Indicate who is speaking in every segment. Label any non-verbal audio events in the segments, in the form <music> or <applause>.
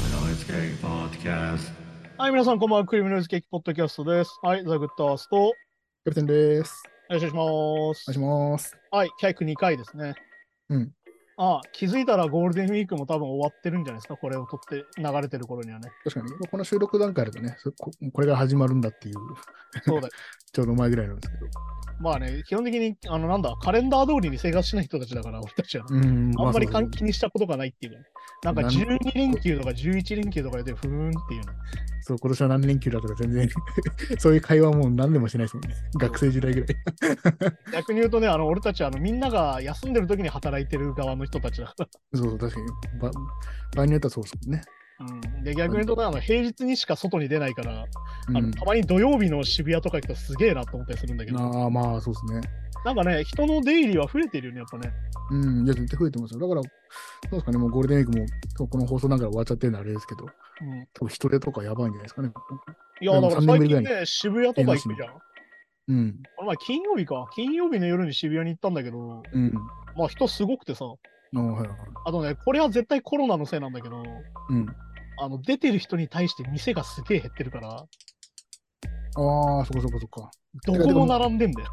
Speaker 1: Cheesecake Podcast.
Speaker 2: はい、皆さん、こんばんは。クリームノイズケーキポッドキャストです。はい、ザ・グッドアースト、よ
Speaker 3: キャプテンです。
Speaker 2: ろしくお願いし
Speaker 3: お
Speaker 2: ま
Speaker 3: 願い
Speaker 2: す
Speaker 3: し。ます。
Speaker 2: はい、102回ですね。
Speaker 3: うん。
Speaker 2: ああ、気づいたらゴールデンウィークも多分終わってるんじゃないですか。これを撮って流れてる頃にはね。
Speaker 3: 確かに、この収録段階だとね、そここれが始まるんだっていう、
Speaker 2: そうだ <laughs> よ。
Speaker 3: ちょうど前ぐらいなんですけど。
Speaker 2: まあね、基本的に、あの、なんだ、カレンダー通りに生活しない人たちだから、俺たちは。
Speaker 3: うん、
Speaker 2: あんまり
Speaker 3: 関
Speaker 2: 関
Speaker 3: 係
Speaker 2: 気にしたことがないっていうかね。なんか
Speaker 3: なん
Speaker 2: 12連休とか11連休とかやって、ふーんっていうね。
Speaker 3: そう、今年は何連休だとか全然、 <laughs> そういう会話もう何でもしないですもんね。学生時代ぐらい。
Speaker 2: 逆に言うとね、あの、俺たちは、あの、みんなが休んでる時に働いてる側の人たちだから。
Speaker 3: そうそう、確かに。ば場合によってはそうですもんね。
Speaker 2: うん、で逆に言うとね、あの平日にしか外に出ないから、
Speaker 3: う
Speaker 2: あの
Speaker 3: ん
Speaker 2: たまに土曜日の渋谷とか行くとすげえなと思ったりするんだけど、
Speaker 3: ああ、まあそうですね。
Speaker 2: なんかね、人の出入りは増えてるよね、やっぱね。
Speaker 3: うん、いや、絶対増えてますよ。だから、そうですかね、もうゴールデンウィークもそう、この放送なんかで終わっちゃってるのはあれですけど、
Speaker 2: うん、
Speaker 3: 多分人手とかやばいんじゃないですかね。
Speaker 2: いや、だから
Speaker 3: でも3
Speaker 2: 最
Speaker 3: 年ぶりぐ
Speaker 2: 近
Speaker 3: らいに
Speaker 2: ね、渋谷とか行くじゃん。
Speaker 3: うん、
Speaker 2: この前、金曜日か。金曜日の夜に渋谷に行ったんだけど、
Speaker 3: うん。
Speaker 2: まあ人すごくてさ、
Speaker 3: ああ、はいはい。
Speaker 2: あとね、これは絶対コロナのせいなんだけど、
Speaker 3: うん。
Speaker 2: あの出てる人に対して店がすげえ減ってるから、
Speaker 3: ああ、そこそこそこ。
Speaker 2: どこも並んでんだよ。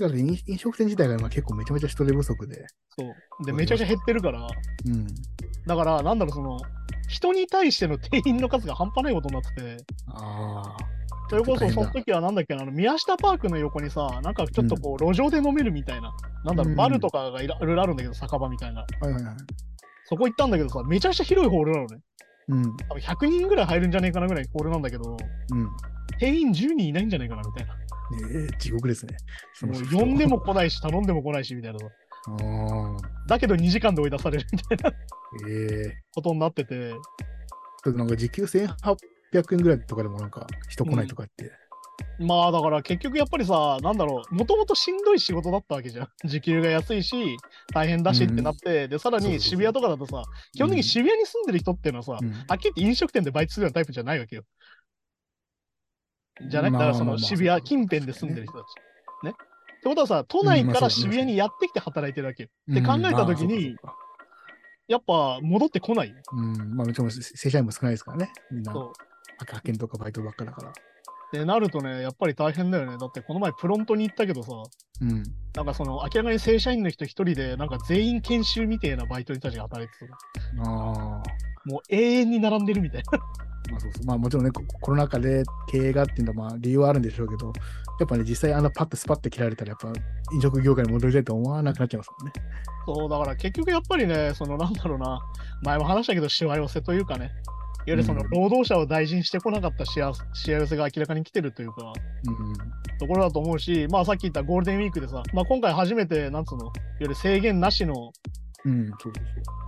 Speaker 3: だから飲飲食店自体が今結構めちゃめちゃ人手不足で、
Speaker 2: そう。で、めちゃくちゃ減ってるから、
Speaker 3: うん、
Speaker 2: だから、なんだろう、その、人に対しての店員の数が半端ないことになってて、
Speaker 3: ああ、
Speaker 2: それこそその
Speaker 3: ちょっと大変だ
Speaker 2: 時はなんだっけなあの宮下パークの横にさなんかちょっとこう路上で飲めるみたいな、なんだろ
Speaker 3: うんう
Speaker 2: うんバルとかがいろいろあるんだけど酒場みたいな
Speaker 3: はいはいはい。
Speaker 2: そこ行ったんだけどさめちゃくちゃ広いホールなのね
Speaker 3: うん、
Speaker 2: 多分100人ぐらい入るんじゃねえかなぐらいホールなんだけど
Speaker 3: うん。
Speaker 2: 店員10人いないんじゃないかなみたいな
Speaker 3: ええ地獄ですね。そ
Speaker 2: もう呼んで
Speaker 3: も。
Speaker 2: も来ないし頼んでも来ないしみたいなさ
Speaker 3: あ <laughs> あ、
Speaker 2: だけど2時間で追い出されるみたいな
Speaker 3: ええ
Speaker 2: ことになってて
Speaker 3: ちょっとなんか時給1800円ぐらいとかでもなんか人来ないとかって。
Speaker 2: まあだから結局やっぱりさなんだろうもともとしんどい仕事だったわけじゃん <laughs> 時給が安いし大変だしってなって、でさら
Speaker 3: そうそう
Speaker 2: に
Speaker 3: そう
Speaker 2: 渋谷とかだとさ基本的に渋谷に住んでる人っていうのはさ、
Speaker 3: うん
Speaker 2: はっきり言って飲食店でバイトするようなタイプじゃないわけよ。じゃなくて、だ
Speaker 3: まあ
Speaker 2: からその
Speaker 3: まあまあ
Speaker 2: 渋谷近辺で住んでる人たち。ね。ってことはさ、都内から渋谷にやってきて働いてるわけよ。
Speaker 3: うん
Speaker 2: って考えた時に、
Speaker 3: まあ
Speaker 2: やっぱ戻ってこないよ。
Speaker 3: そうかそうかうん、まあもちろんせ正社員も少ないですからね。みんな、
Speaker 2: そ
Speaker 3: 派遣とかバイトばっかだから。
Speaker 2: う。で、なるとね、やっぱり大変だよね。だってこの前プロントに行ったけどさ、
Speaker 3: うん。
Speaker 2: なんかその明らかに正社員の人一人で、なんか全員研修みたいなバイトにたちが働いてた。
Speaker 3: ああ。
Speaker 2: もう永遠に並んでるみたいな。
Speaker 3: まあそうそうまあもちろんね、ココロナ禍で経営がっていうのはまあ理由はあるんでしょうけど、やっぱね、実際あのパッとスパッと切られたら、やっぱ飲食業界に戻りたいと思わなくなっちゃいますもんね。
Speaker 2: そう、だから結局やっぱりね、そのなんだろうな、前も話したけど、しわ寄せというかね、いわゆるその
Speaker 3: うん
Speaker 2: 労働者を大事にしてこなかったしわしわ寄せが明らかに来てるというか、ところだと思うし、まあさっき言ったゴールデンウィークでさ、まあ今回初めて、なんつうの、いわゆる制限なしの、
Speaker 3: うん。うん、そうそう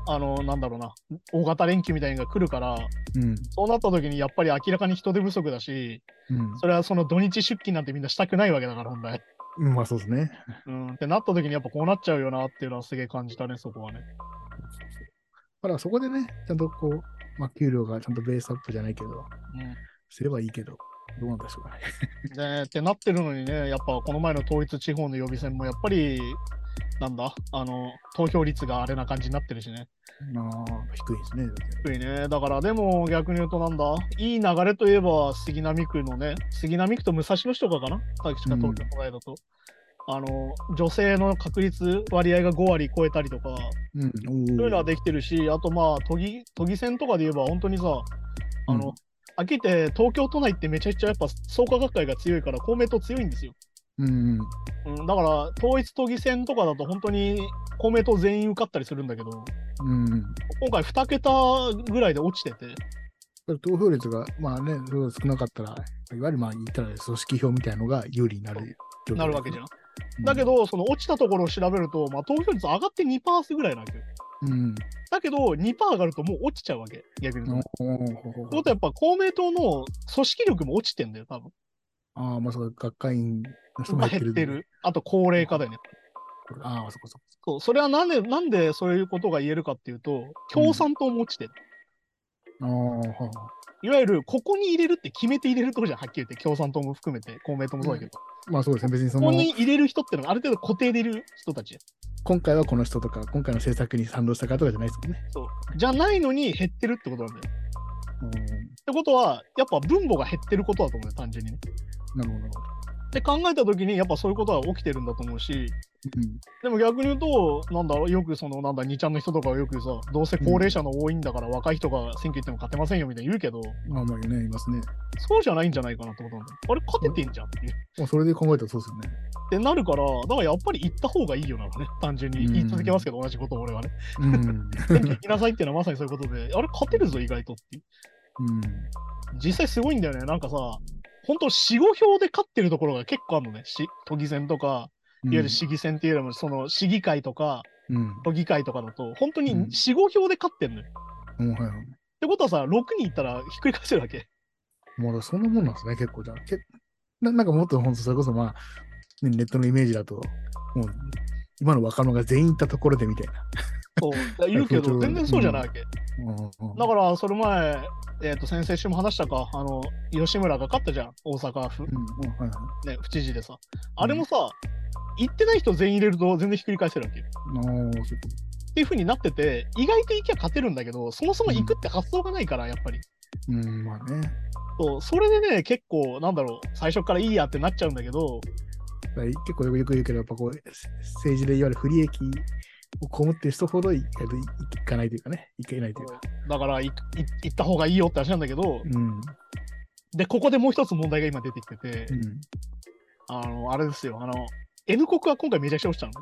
Speaker 3: そ
Speaker 2: あの、なんだろうな、大型連休みたいなのが来るから、
Speaker 3: う。うん。
Speaker 2: そうなった時にやっぱり明らかに人手不足だし、
Speaker 3: うん
Speaker 2: それはその土日出勤なんてみんなしたくないわけだから、本来。
Speaker 3: うん、まあそうですね。
Speaker 2: うん、ってなった時にやっぱこうなっちゃうよなっていうのはすげえ感じたね、そこはね。
Speaker 3: だからそこでね、ちゃんとこう、まあ給料がちゃんとベースアップじゃないけど、
Speaker 2: うん
Speaker 3: すればいいけど、どうなんでしょうか <laughs> ね。
Speaker 2: ねってなってるのにね、やっぱこの前の統一地方の予備選もやっぱり、なんだ、あの、投票率があれな感じになってるしね。
Speaker 3: まあ、低いですね。だって
Speaker 2: 低いね。だからでも逆に言うとなんだ、いい流れといえば杉並区のね、杉並区と武蔵野市とかかなさっきしか東京都内だと。あの女性の確率割合が5割超えたりとか、
Speaker 3: うん、
Speaker 2: そういうのは
Speaker 3: で、
Speaker 2: できてるし、あとまあ都議、都議選とかで言えば、本当にさ、あの、
Speaker 3: うん
Speaker 2: 飽きて東京都内ってめちゃくちゃやっぱ創価学会が強いから、公明党強いんですよ。
Speaker 3: うん、
Speaker 2: うん、だから統一都議選とかだと本当に公明党全員受かったりするんだけど
Speaker 3: うん。うん
Speaker 2: 今回2桁ぐらいで落ちてて
Speaker 3: だから投票率が、まあね、それほど少なかったら、いわゆるまあ言ったら組織票みたいなのが有利になる状況ですね。
Speaker 2: なるわけじゃん、
Speaker 3: うん。
Speaker 2: だけどその落ちたところを調べると、まあ、投票率上がって2%ぐらいなわけよ
Speaker 3: うん。
Speaker 2: だけど2%上がるともう落ちちゃうわけ逆に言うと。ってこと
Speaker 3: お
Speaker 2: はやっぱ公明党の組織力も落ちてんだよ多分
Speaker 3: ああ、まあそうか、学会員の人
Speaker 2: ま
Speaker 3: も
Speaker 2: あ
Speaker 3: 減
Speaker 2: 減
Speaker 3: っ
Speaker 2: ってて
Speaker 3: る。
Speaker 2: るあと高齢化だよね
Speaker 3: ああ、そこそこ。
Speaker 2: そうそれはなんでなんでそういうことが言えるかっていうと共産党も落ちてる、
Speaker 3: ああ、はい
Speaker 2: わゆるここに入れるって決めて入れるとこじゃんはっきり言って共産党も含めて公明党もそうだけど、
Speaker 3: あ。まあそうですね、別にそ
Speaker 2: ここ
Speaker 3: の、
Speaker 2: に入れる人ってのがある程度固定でいる人たち
Speaker 3: 今回はこの人とか、今回の政策に賛同した方とかじゃないですもんね。
Speaker 2: じゃないのに減ってるってことなんだよ。てことは、やっぱ分母が減ってることだと思うよ、単純にね。
Speaker 3: なるほどなるほど。
Speaker 2: って考えたときに、やっぱそういうことは起きてるんだと思うし、
Speaker 3: うん
Speaker 2: でも逆に言うと、なんだろう、よくその、なんだ、2ちゃんの人とかはよくさ、どうせ高齢者の多いんだから若い人が選挙行っても勝てませんよみたいに言うけど、
Speaker 3: まあまあね、いますね。
Speaker 2: そうじゃないんじゃないかなってことなんだよ。あれ、勝ててんじゃんっていう。
Speaker 3: まあ、それで考えたらそうですよね。
Speaker 2: ってなるから、だからやっぱり行った方がいいよなのね、単純に。
Speaker 3: うん
Speaker 2: 言い続けますけど、同じことを俺は
Speaker 3: <laughs>
Speaker 2: ね。
Speaker 3: うん。
Speaker 2: 選挙行きなさいっていうのはまさにそういうことで、あれ、勝てるぞ、意外とっていう。
Speaker 3: うん。
Speaker 2: 実際すごいんだよね、なんかさ、本当4、5票で勝ってるところが結構あるのね、し都議選とか、いわゆる市議選っていうよりも、その市議会とか、
Speaker 3: うん。
Speaker 2: 都議会とかだと、本当に
Speaker 3: うん
Speaker 2: 4、5票で勝ってんのよ。っ
Speaker 3: うん。はいはい。
Speaker 2: てことはさ、6人いったらひっくり返せるだ
Speaker 3: <laughs>
Speaker 2: け。
Speaker 3: まだそんなもんなんですね、結構じゃあ。けななんかもっと本当それこそまあ、ねネットのイメージだと、もう、今の若者が全員行ったところでみたいな。
Speaker 2: そう言うけ
Speaker 3: <laughs>
Speaker 2: ど、全然そうじゃないわけ。
Speaker 3: うんうん
Speaker 2: だから、それ前、えっと先々週も話したか、あの吉村が勝ったじゃん、大阪府、
Speaker 3: うんうんはいはい
Speaker 2: ね、府知事でさ。あれもさ、行ってない人全員入れると全然ひっくり返せるわけよ。
Speaker 3: あーそっか
Speaker 2: っていう風になってて、意外と行きゃ勝てるんだけど、そもそも行くって発想がないから、やっぱり。
Speaker 3: うん、まあね。
Speaker 2: そうそれでね、結構、なんだろう、最初からいいやってなっちゃうんだけど、
Speaker 3: だから結構よくよく言うけど、やっぱこう、せ政治でいわゆる不利益を被ってる人ほどいかいいかないというかね、いけないというか。
Speaker 2: だから行く行行った方がいいよって話なんだけど、
Speaker 3: うん。
Speaker 2: で、ここでもう一つ問題が今出てきてて
Speaker 3: う、ん。
Speaker 2: あの、あれですよ、あの、N 国は今回めちゃくちゃ落ちたのね。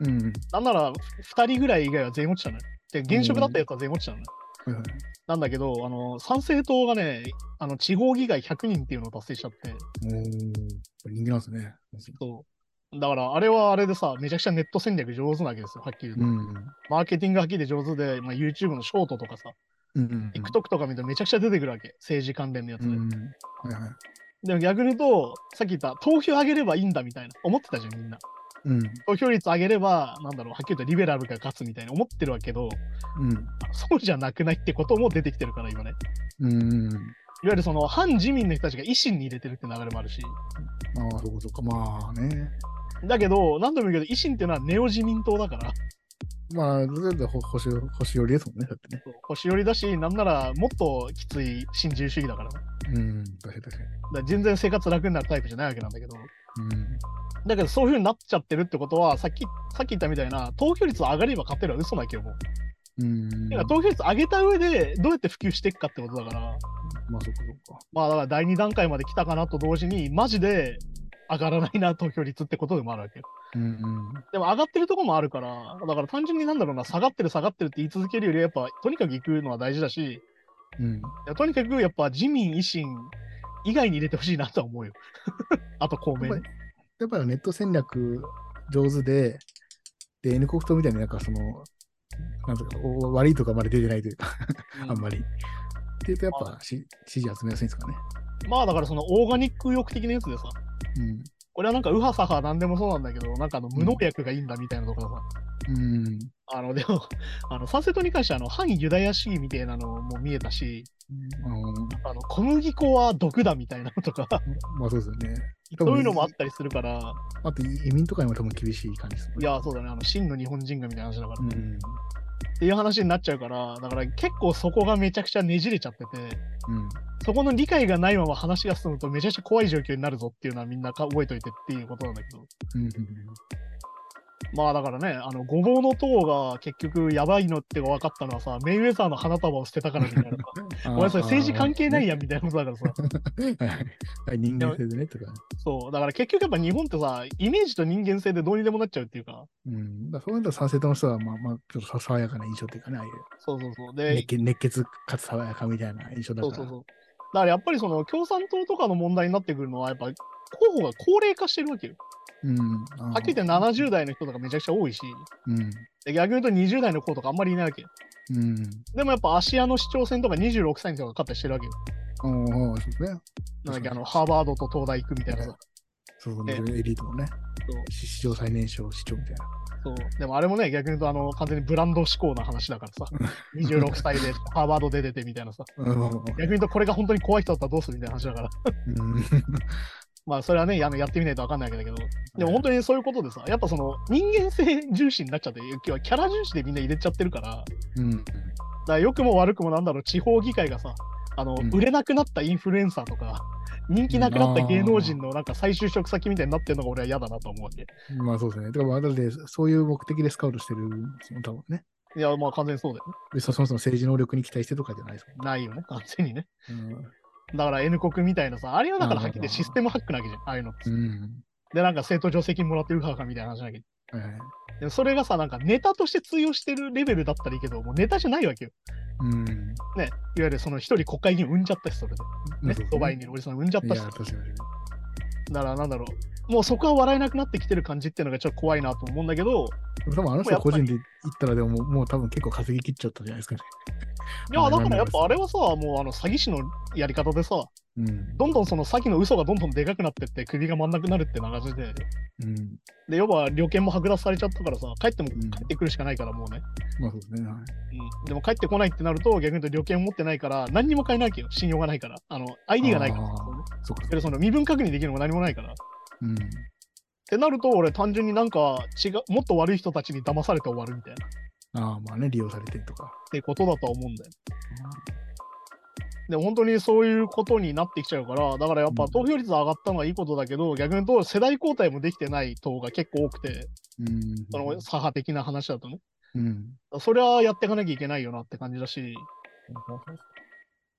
Speaker 3: うん。
Speaker 2: なんなら、2人ぐらい以外は全員落ちたのよ。で、現職だったやつは全員落ちたのよ。
Speaker 3: はいはい
Speaker 2: なんだけど、あの、参政党がね、あの、地方議会100人っていうのを達成しちゃって、
Speaker 3: おーやっぱ人気なんですね。
Speaker 2: そう。だから、あれはあれでさ、めちゃくちゃネット戦略上手なわけですよ、はっきり言うと。
Speaker 3: うん。うん
Speaker 2: マーケティングはっきりで上手で、まあ、YouTube のショートとかさ、
Speaker 3: うん。
Speaker 2: TikTok とか見るとめちゃくちゃ出てくるわけ、政治関連のやつ
Speaker 3: う
Speaker 2: で。
Speaker 3: ん。はいはい。
Speaker 2: でも逆に言うと、さっき言った、投票上げればいいんだみたいな、思ってたじゃん、みんな。
Speaker 3: うん。
Speaker 2: 投票率上げれば、なんだろう、はっきり言うとリベラルが勝つみたいな思ってるわけど、
Speaker 3: うん。
Speaker 2: そうじゃなくないってことも出てきてるから、今ね。
Speaker 3: う
Speaker 2: い
Speaker 3: ん。
Speaker 2: わゆるその反自民の人たちが維新に入れてるって流れもあるし、
Speaker 3: ああ、そうかそうか。まあね。
Speaker 2: だけど、何度も言うけど、維新っていうのはネオ自民党だから、
Speaker 3: まあ、だってほ星よ星寄りですもんね、だってね。
Speaker 2: 年寄りだし、なんならもっときつい新自由主義だから、だか
Speaker 3: うん。確かに確から
Speaker 2: 全然生活楽になるタイプじゃないわけなんだけど、
Speaker 3: に。うん。
Speaker 2: だけどそういうふうになっちゃってるってことは、さっきさっき言ったみたいな、投票率上がれば勝てるは嘘なけどもう。
Speaker 3: うん。
Speaker 2: だから投票率上げた上で、どうやって普及していくかってことだから、
Speaker 3: まあ、そうかそうか。
Speaker 2: まあだから第2段階まで来たかなと同時に、マジで上がらないな、投票率ってことでもあるわけよ。
Speaker 3: うん。
Speaker 2: でも上がってるとこもあるから、だから単純になんだろうな、下がってる下がってるって言い続けるより、やっぱとにかく行くのは大事だし、い
Speaker 3: うん。
Speaker 2: やとにかくやっぱ自民、維新以外に入れてほしいなとは思うよ。 <laughs> あと公明
Speaker 3: やっ。ぱりやっぱりネット戦略上手で、で、N 国党みたいになんかその、なんとかお悪いとかまで出てないというか、あんまり。っていうと、やっぱし支持集めやすいんですかね。
Speaker 2: まあだからそのオーガニック欲的なやつでさ、これはなんか右派左派なんでもそうなんだけど、なんかあの無農薬がいいんだみたいなところさ、
Speaker 3: うん。うん。
Speaker 2: あのでも、 <laughs> あの参政党に関してはあの反ユダヤ主義みたいなのも見えたし、
Speaker 3: あの
Speaker 2: あの小麦粉は毒だみたいなのとか、
Speaker 3: ま <laughs> あそうですよね。多
Speaker 2: そ
Speaker 3: 分
Speaker 2: ういうのもあったりするから、
Speaker 3: あと移民とかにも多分厳しい感じですも
Speaker 2: い
Speaker 3: んね。
Speaker 2: や、そうだね、あの真の日本人がみたいな話だから、
Speaker 3: う
Speaker 2: っ
Speaker 3: ん。
Speaker 2: ていう話になっちゃうから、だから結構そこがめちゃくちゃねじれちゃってて、
Speaker 3: うん。
Speaker 2: そこの理解がないまま話が進むとめちゃくちゃ怖い状況になるぞっていうのはみんなか覚えといてっていうことなんだけど。
Speaker 3: うん。
Speaker 2: まあだからね、あの、ごぼうの塔が結局やばいのって分かったのはさ、メイウェザーの花束を捨てたからみたいなさ。
Speaker 3: <laughs> あー
Speaker 2: お前それ政治関係ないやんみたいなことだからさ。
Speaker 3: <laughs> はい人間性でねとか。
Speaker 2: そう、だから結局やっぱ日本ってさ、イメージと人間性でどうにでもなっちゃうっていうか。
Speaker 3: うん。だからそういうの賛成党の人は、まあまあ、ちょっとさ爽やかな印象というかね、ああいう
Speaker 2: そうそうそう。
Speaker 3: 熱
Speaker 2: で、
Speaker 3: 血熱血かつ爽やかみたいな印象だ
Speaker 2: そう
Speaker 3: から。
Speaker 2: そうそう。だからやっぱりその共産党とかの問題になってくるのは、やっぱ候補が高齢化してるわけよ。
Speaker 3: うん。
Speaker 2: は
Speaker 3: は
Speaker 2: っきり言って70代の人とかめちゃくちゃ多いし、
Speaker 3: うん。
Speaker 2: で逆に言うと20代の子とかあんまりいないわけよ。
Speaker 3: うん。
Speaker 2: でもやっぱ芦屋の市長選とか26歳の人が勝ったりしてるわけよ。
Speaker 3: おーそうですね。
Speaker 2: なんだっけ、あの、
Speaker 3: 確
Speaker 2: ハーバードと東大行くみたいなさ。
Speaker 3: そうそう、
Speaker 2: ね
Speaker 3: エリートのね
Speaker 2: そう。
Speaker 3: し史上最年少市長みたいな。
Speaker 2: そう。でもあれもね、逆に言うと、あの、完全にブランド志向な話だからさ。26歳でハーバード出ててみたいなさ。
Speaker 3: う
Speaker 2: 逆に言うと、これが本当に怖い人だったらどうするみたいな話だから。
Speaker 3: ん。
Speaker 2: まあ、それはね、あのやってみないと分かんないわけだけど。でも本
Speaker 3: 当
Speaker 2: 当にそういうことでさ、やっぱその人間性重視になっちゃって、要はキャラ重視でみんな入れちゃってるから、だか
Speaker 3: うん。
Speaker 2: ら良くも悪くもなんだろう、地方議会がさ、あの、
Speaker 3: うん
Speaker 2: 売れなくなったインフルエンサーとか、人気なくなった芸能人のなんか再就職先みたいになってるのが俺は嫌だなと思うわけ。
Speaker 3: まあそうですね。だから、まあだってそういう目的でスカウトしてるんですもん、多分ね。
Speaker 2: いや、まあ完全にそうだよね。
Speaker 3: でそそもそも政治能力に期待してとかじゃないですも
Speaker 2: ないよね、完全にね。
Speaker 3: んね。
Speaker 2: だから N 国みたいなさ、あれはだから
Speaker 3: あー
Speaker 2: はっきり言ってシステムハックなわけじゃん、ああいうのって
Speaker 3: うん。うん。
Speaker 2: で、なんか政党助成金もらってるははみたいな話だけど。
Speaker 3: はいはい。
Speaker 2: でもそれがさ、なんかネタとして通用してるレベルだったらいいけど、もうネタじゃないわけよ。
Speaker 3: うん。
Speaker 2: ね、いわゆるその一人国会議員産んじゃったし、それで。
Speaker 3: まあ
Speaker 2: ね
Speaker 3: そうですね、
Speaker 2: ドバイにいるおじさん産んじゃっ
Speaker 3: い
Speaker 2: た
Speaker 3: や、
Speaker 2: し。
Speaker 3: 確かに。
Speaker 2: だからなんだろう。もうそこは笑えなくなってきてる感じっていうのがちょっと怖いなと思うんだけど、
Speaker 3: でも多分あの人個人で行ったらでももうもう多分結構稼ぎ切っちゃったんじゃないですかね。
Speaker 2: いや、だからやっぱあれはさ、もうあの詐欺師のやり方でさ、
Speaker 3: うん。
Speaker 2: どんどんその詐欺の嘘がどんどんでかくなってって首が回んなくなるって流しで、
Speaker 3: うん。
Speaker 2: で、要は旅券も剥奪されちゃったからさ、帰っても
Speaker 3: うん
Speaker 2: 帰ってくるしかないからもうね。
Speaker 3: まあそうですね。はい
Speaker 2: うん、でも帰ってこないってなると、逆に言うと旅券を持ってないから、何にも買えないわけよ。信用がないから。あの、ID がないから
Speaker 3: あー
Speaker 2: その
Speaker 3: そっかそっ
Speaker 2: け
Speaker 3: か。
Speaker 2: どその身分確認できるのも何もないから。っ
Speaker 3: うん。
Speaker 2: てなると、俺単純になんか違う、もっと悪い人たちに騙されて終わるみたいな。っ
Speaker 3: ああ、まあね、利用されてるとか。
Speaker 2: てことだとは思うんだよ。で、本当にそういうことになってきちゃうから、だからやっぱ
Speaker 3: うん
Speaker 2: 投票率上がったのはいいことだけど、逆に言うと世代交代もできてない党が結構多くて、
Speaker 3: うん。
Speaker 2: その左派的な話だとね。
Speaker 3: うん。
Speaker 2: それはやっていかなきゃいけないよなって感じだし、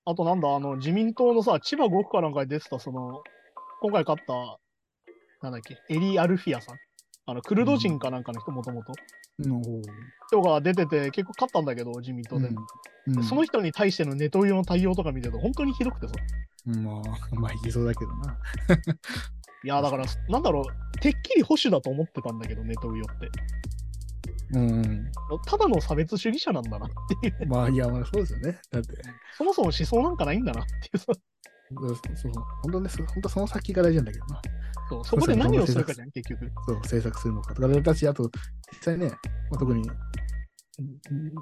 Speaker 2: あとなんだ、あの、自民党のさ、千葉5区かなんかに出てた、その、今回勝った、なんだっけ、エリー・アルフィアさん。あの、クルド人かなんかの人、もともと。
Speaker 3: の方
Speaker 2: 人が出てて、結構勝ったんだけど、自民党で。
Speaker 3: うん、
Speaker 2: その人に対してのネトウヨの対応とか見てると、本当にひどくてさ。
Speaker 3: うんまあ、 <laughs> まあ、いけそうだけどな。
Speaker 2: いや、だから、なんだろう、てっきり保守だと思ってたんだけど、ネトウヨって。
Speaker 3: うん。
Speaker 2: ただの差別主義者なんだな。
Speaker 3: まあ、いや、まあ、そうですよね。だって、
Speaker 2: そもそも思想なんかないんだなっていうさ。
Speaker 3: そうそう、本当ね、そう本当その先が大事なんだけどな。
Speaker 2: そうそこで何をするかじゃん、結局。
Speaker 3: そう、制作するのかとか、だから私、あと、実際ね、まあ、特に、ん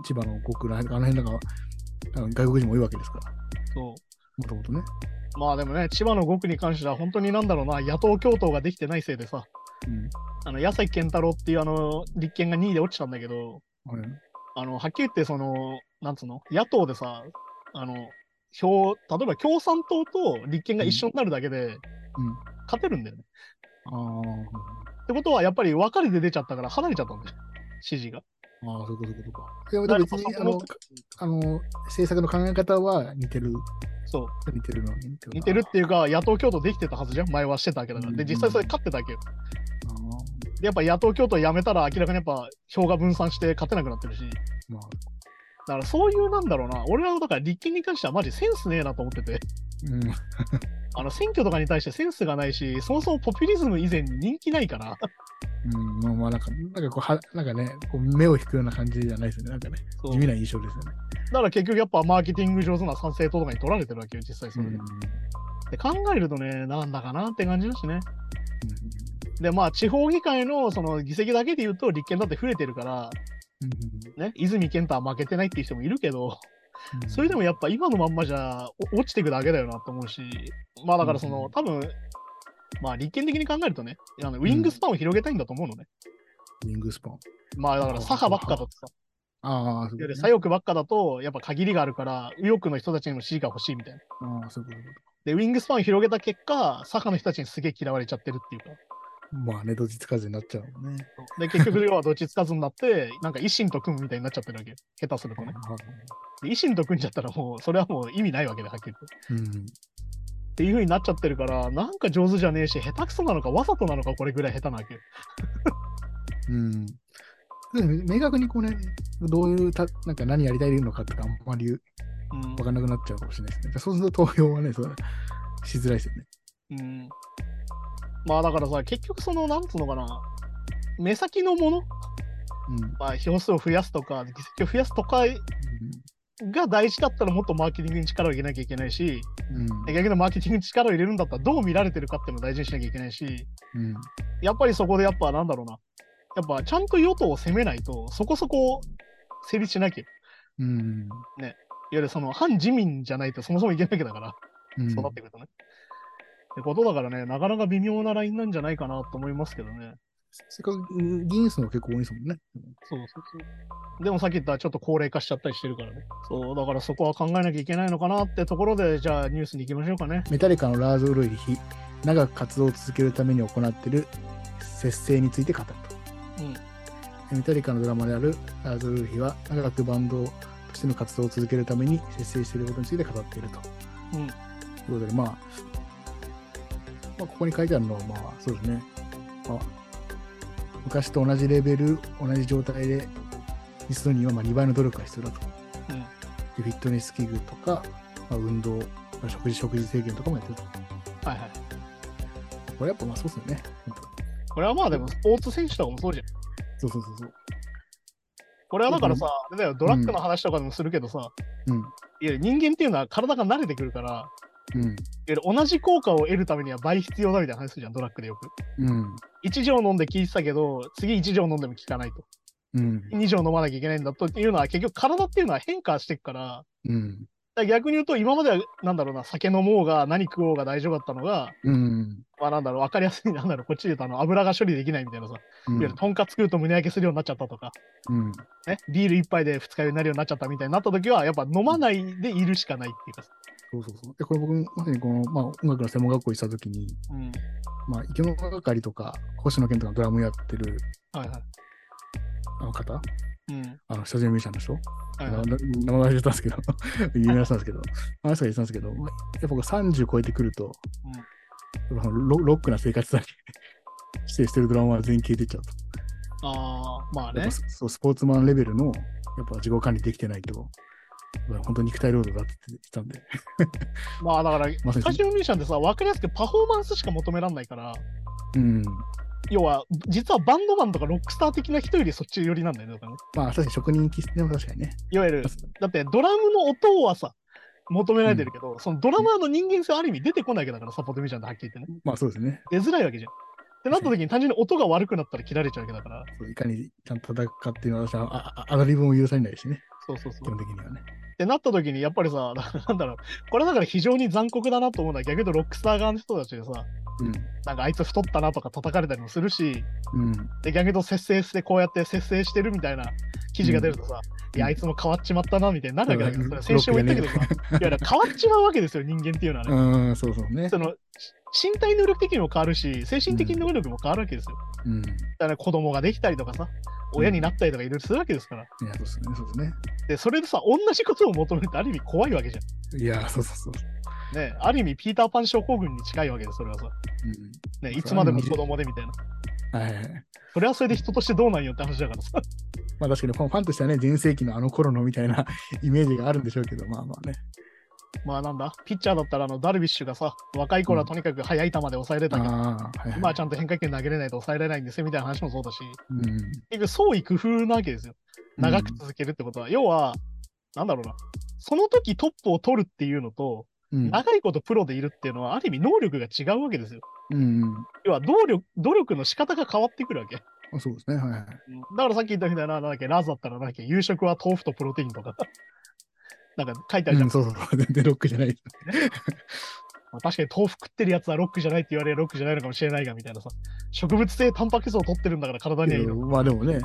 Speaker 3: 千葉の国内、あの辺なんかは、あの外国人も多いわけですから、
Speaker 2: そう。
Speaker 3: もともとね。
Speaker 2: まあでもね、千葉の5区に関しては、本当になんだろうな、野党共闘ができてないせいでさ、
Speaker 3: うん。
Speaker 2: あの、矢崎健太郎っていうあの、立憲が2位で落ちたんだけど、
Speaker 3: はい
Speaker 2: あの、はっきり言って、その、なんつうの、野党でさ、あの、票、例えば共産党と立憲が一緒になるだけで、
Speaker 3: うん
Speaker 2: 勝てるんだよね。
Speaker 3: あー
Speaker 2: ってことは、やっぱり別れて出ちゃったから離れちゃったんだよ、支持が。
Speaker 3: あー、そういうことそういうことか。いや、でも別に、あの、あの、制作の考え方は似てる、
Speaker 2: そう、
Speaker 3: 似てるのに。
Speaker 2: 似てるっていうか、野党共闘できてたはずじゃん、前はしてたわけだから。で、
Speaker 3: うん
Speaker 2: 実際それ勝ってたわけよ。
Speaker 3: あー
Speaker 2: で、やっぱ野党共闘やめたら、明らかにやっぱ票が分散して勝てなくなってるし。
Speaker 3: まあ、
Speaker 2: だからそういうなんだろうな、俺らのだから立憲に関してはマジセンスねえなと思ってて、
Speaker 3: うん。
Speaker 2: あの選挙とかに対してセンスがないし、そもそもポピュリズム以前に人気ないから、
Speaker 3: うん、まあまあなんか、なんかこう、はなんかね、こう目を引くような感じじゃないですよね。なんかね、
Speaker 2: そう
Speaker 3: 地味な印象ですよね。
Speaker 2: だから結局やっぱマーケティング上手な賛成党とかに取られてるわけよ、実際それで。で考えるとね、なんだかなって感じだしね。で、まあ地方議会のその議席だけで言うと立憲だって増えてるから、ね、泉健太は負けてないっていう人もいるけど、それで
Speaker 3: も、
Speaker 2: もやっぱ今のまんまじゃお落ちてくだけだよなと思うし、まあだからその、
Speaker 3: うん
Speaker 2: 多分、まあ立憲的に考えるとね、あのウィングスパンを広げたいんだと思うのね。
Speaker 3: ウィングスパン。
Speaker 2: まあだから左派ばっかだとさ、
Speaker 3: ああ、そう
Speaker 2: いわゆる
Speaker 3: いうこ
Speaker 2: 左
Speaker 3: とね。
Speaker 2: 翼ばっかだと、やっぱ限りがあるから、右翼の人たちにも支持が欲しいみたいな。
Speaker 3: ああ、そういうこ
Speaker 2: で、ウィングスパンを広げた結果、左派の人たちにすげえ嫌われちゃってるっていうか。
Speaker 3: と。まあね、どっちつかずになっちゃうもんね。
Speaker 2: で、結局、要はどっちつかずになって、 <laughs> なんか維新と組むみたいになっちゃってるわけよ。下手するとね。で維新と組んじゃったらもう、それはもう意味ないわけで、はっきり言って。
Speaker 3: う
Speaker 2: っ
Speaker 3: ん。
Speaker 2: ていう風になっちゃってるから、なんか上手じゃねえし、下手くそなのか、わざとなのか、これぐらい下手なわけよ。
Speaker 3: うん。でも明確にこうね、どういうた、なんか何やりたいのかとかあんまりわ
Speaker 2: うん
Speaker 3: かんなくなっちゃうかもしれないですね。そうすると投票はね、そうしづらいですよね。
Speaker 2: うんまあだからさ、結局その、なんつうのかな、目先のもの、まあ、票数を増やすとか、議席を増やすとかが大事だったら、もっとマーケティングに力を入れなきゃいけないし、
Speaker 3: うん。うん。
Speaker 2: 逆にマーケティングに力を入れるんだったら、どう見られてるかっていうのを大事にしなきゃいけないし、
Speaker 3: うん。
Speaker 2: やっぱりそこでやっぱなんだろうな、やっぱちゃんと与党を攻めないと、そこそこ成立しなきゃ。い
Speaker 3: うん。
Speaker 2: わゆるその反自民じゃないとそもそもいけないわけだから、
Speaker 3: うん
Speaker 2: そうなってくるとね。ってことだからね、なかなか微妙なラインなんじゃないかなと思いますけどね。
Speaker 3: せっかくうん議員数も結構多いですもんね。
Speaker 2: そうそうそう。でもさっき言ったちょっと高齢化しちゃったりしてるからね。そう、だからそこは考えなきゃいけないのかなってところで、じゃあニュースに行きましょうかね。
Speaker 3: メタリカのラーズ・ウルイヒ、長く活動を続けるために行っている節制について語る
Speaker 2: うん。
Speaker 3: と。メタリカのドラマであるラーズ・ウルイヒは、長くバンドとしての活動を続けるために節制していることについて語っていると。
Speaker 2: うん。
Speaker 3: ということで、まあ、まあ、ここに書いてあるのは、まあ、そうですね。まあ、昔と同じレベル、同じ状態で、ミスるにはまあ2倍の努力が必要だと。
Speaker 2: うん
Speaker 3: でフィットネス器具とか、まあ、運動、まあ食事、食事制限とかもやってると。
Speaker 2: はいはい。
Speaker 3: これやっぱまあそうですよね。
Speaker 2: これはまあでも、スポーツ選手とかもそうじゃん。
Speaker 3: そうそうそうそう。
Speaker 2: これはだからさ、あれだよ、ドラッグの話とかでもするけどさ、
Speaker 3: うん。
Speaker 2: いや人間っていうのは体が慣れてくるから、
Speaker 3: うん。
Speaker 2: いや同じ効果を得るためには倍必要だみたいな話するじゃん、ドラッグでよく。
Speaker 3: うん。
Speaker 2: 1錠飲んで効いてたけど、次1錠飲んでも効かないと。
Speaker 3: うん。
Speaker 2: 2錠飲まなきゃいけないんだとっていうのは、結局体っていうのは変化していくから、
Speaker 3: うん。
Speaker 2: だから逆に言うと、今までは、なんだろうな、酒飲もうが、何食おうが大丈夫だったのが、
Speaker 3: うん。
Speaker 2: まあなんだろう、分かりやすい、 <laughs> なんだろう、こっちで言うとあの油が処理できないみたいなさ、いわ
Speaker 3: うん。
Speaker 2: ゆるとんかつ食うと胸焼けするようになっちゃったとか、
Speaker 3: うん。
Speaker 2: ね、ビール1杯で二日酔いになるようになっちゃったみたいになった時は、やっぱ飲まないでいるしかないっていうかさ。
Speaker 3: そうそうそう。で、これ僕、まさにこの、まあ、音楽の専門学校行ってた時に、
Speaker 2: うん。
Speaker 3: まあ、池の係とか、星野源とかのドラムやってる
Speaker 2: はいはい。
Speaker 3: あの方、
Speaker 2: うん。
Speaker 3: あの、スタジオミュージシャンの人、
Speaker 2: はいはい。
Speaker 3: な名前忘れたんですけど、 <laughs> 有名な人なんですけど、あの人が言ってたんですけど、まあやっぱこう30超えてくると、やっぱそのロロックな生活だけ <laughs> 指定してるドラマは全員消えてっちゃうと。
Speaker 2: ああ、まあ
Speaker 3: やっ
Speaker 2: ね
Speaker 3: ぱ。そうスポーツマンレベルの、やっぱ自己管理できてないと、本当に肉体労働だって言ってたんで、 <laughs>
Speaker 2: まあだから、
Speaker 3: まさ
Speaker 2: スタ
Speaker 3: に
Speaker 2: ジ、オミュージシャンってさ、分かりやすくパフォーマンスしか求めらんないから、
Speaker 3: うん、
Speaker 2: 要は、実はバンドマンとかロックスター的な人よりそっち寄りなんだよね。だからね
Speaker 3: まあ、確かに職人気質ね、確かにね。
Speaker 2: いわゆる、だってドラムの音はさ、求められてるけど、そのドラマーの人間性はある意味出てこないわけだから、サポートミュージシャンってはっきり言ってね。
Speaker 3: まあ、そうですね。
Speaker 2: 出づらいわけじゃん。ってなった時に単純に音が悪くなったら切られちゃうわけだから。
Speaker 3: そういかにちゃんと戦うかっていうのは、私はああアドリブも許されないしね、
Speaker 2: そうそうそ
Speaker 3: 基
Speaker 2: う。
Speaker 3: 本
Speaker 2: っ
Speaker 3: 的にはね。
Speaker 2: てなった時に、やっぱりさ、 <laughs> なんだろう、これだから非常に残酷だなと思うのは、逆に言うとロックスター側の人たちでさ、なんかあいつ太ったなとか叩かれたりもするし、
Speaker 3: うん。うん。
Speaker 2: で逆に言うと節制して、こうやって節制してるみたいな記事が出るとさ、
Speaker 3: うん
Speaker 2: いや、あいつも変わっちまったなみたいになるわけだけど、
Speaker 3: うん
Speaker 2: それ先週も言ったけどさ、いや、だから変わっちまうわけですよ、人間っていうのはね。
Speaker 3: うん、そうそうね
Speaker 2: そ。のし身体能力的にも変わるし、精神的能力も変わるわけですよ。
Speaker 3: うん。い
Speaker 2: だから子供ができたりとかさ、親になったりとかいろいろするわけですから。
Speaker 3: や、そうですね、そうですね。
Speaker 2: で、それでさ、同じことを求めるってある意味怖いわけじゃ
Speaker 3: いや、そうそうそう。
Speaker 2: ん。ね、ある意味ピーター・パン症候群に近いわけです、それはさ。
Speaker 3: う
Speaker 2: ね、いつまでも子供でみたいな。
Speaker 3: ん。はいはいはい。
Speaker 2: それはそれで人としてどうなんよって話だからさ。
Speaker 3: まあ確かにファンファンとしてはね、全盛期のあの頃のみたいな <laughs> イメージがあるんでしょうけど、まあまあね。
Speaker 2: まあなんだ、ピッチャーだったらあのダルビッシュがさ、若い頃はとにかく速い球で抑えれたけど、
Speaker 3: ああ、はいはい。
Speaker 2: 今はちゃんと変化球投げれないと抑えられないんですよみたいな話もそうだし、
Speaker 3: うん、
Speaker 2: 結局創意工夫なわけですよ。長く続けるってことは、要は、なんだろうな、その時トップを取るっていうのと、
Speaker 3: うん。
Speaker 2: 長いことプロでいるっていうのは、ある意味能力が違うわけですよ。
Speaker 3: うん、うん。
Speaker 2: 要は努力、努力の仕方が変わってくるわけ。だ
Speaker 3: あそうですね、はいはい。
Speaker 2: からさっき言ったみたいな、なんだっけ、ラーズだったらなんだっけ、夕食は豆腐とプロテインとか、 <laughs> なんか書いてあるじ
Speaker 3: う
Speaker 2: ゃん。
Speaker 3: ん、そうそうそう、 <laughs> 全然ロックじゃない。
Speaker 2: まあ確かに豆腐食ってるやつはロックじゃないって言われるロックじゃないのかもしれないが、みたいなさ。植物性タンパク質を取ってるんだから体にはいいのって
Speaker 3: まあでもね。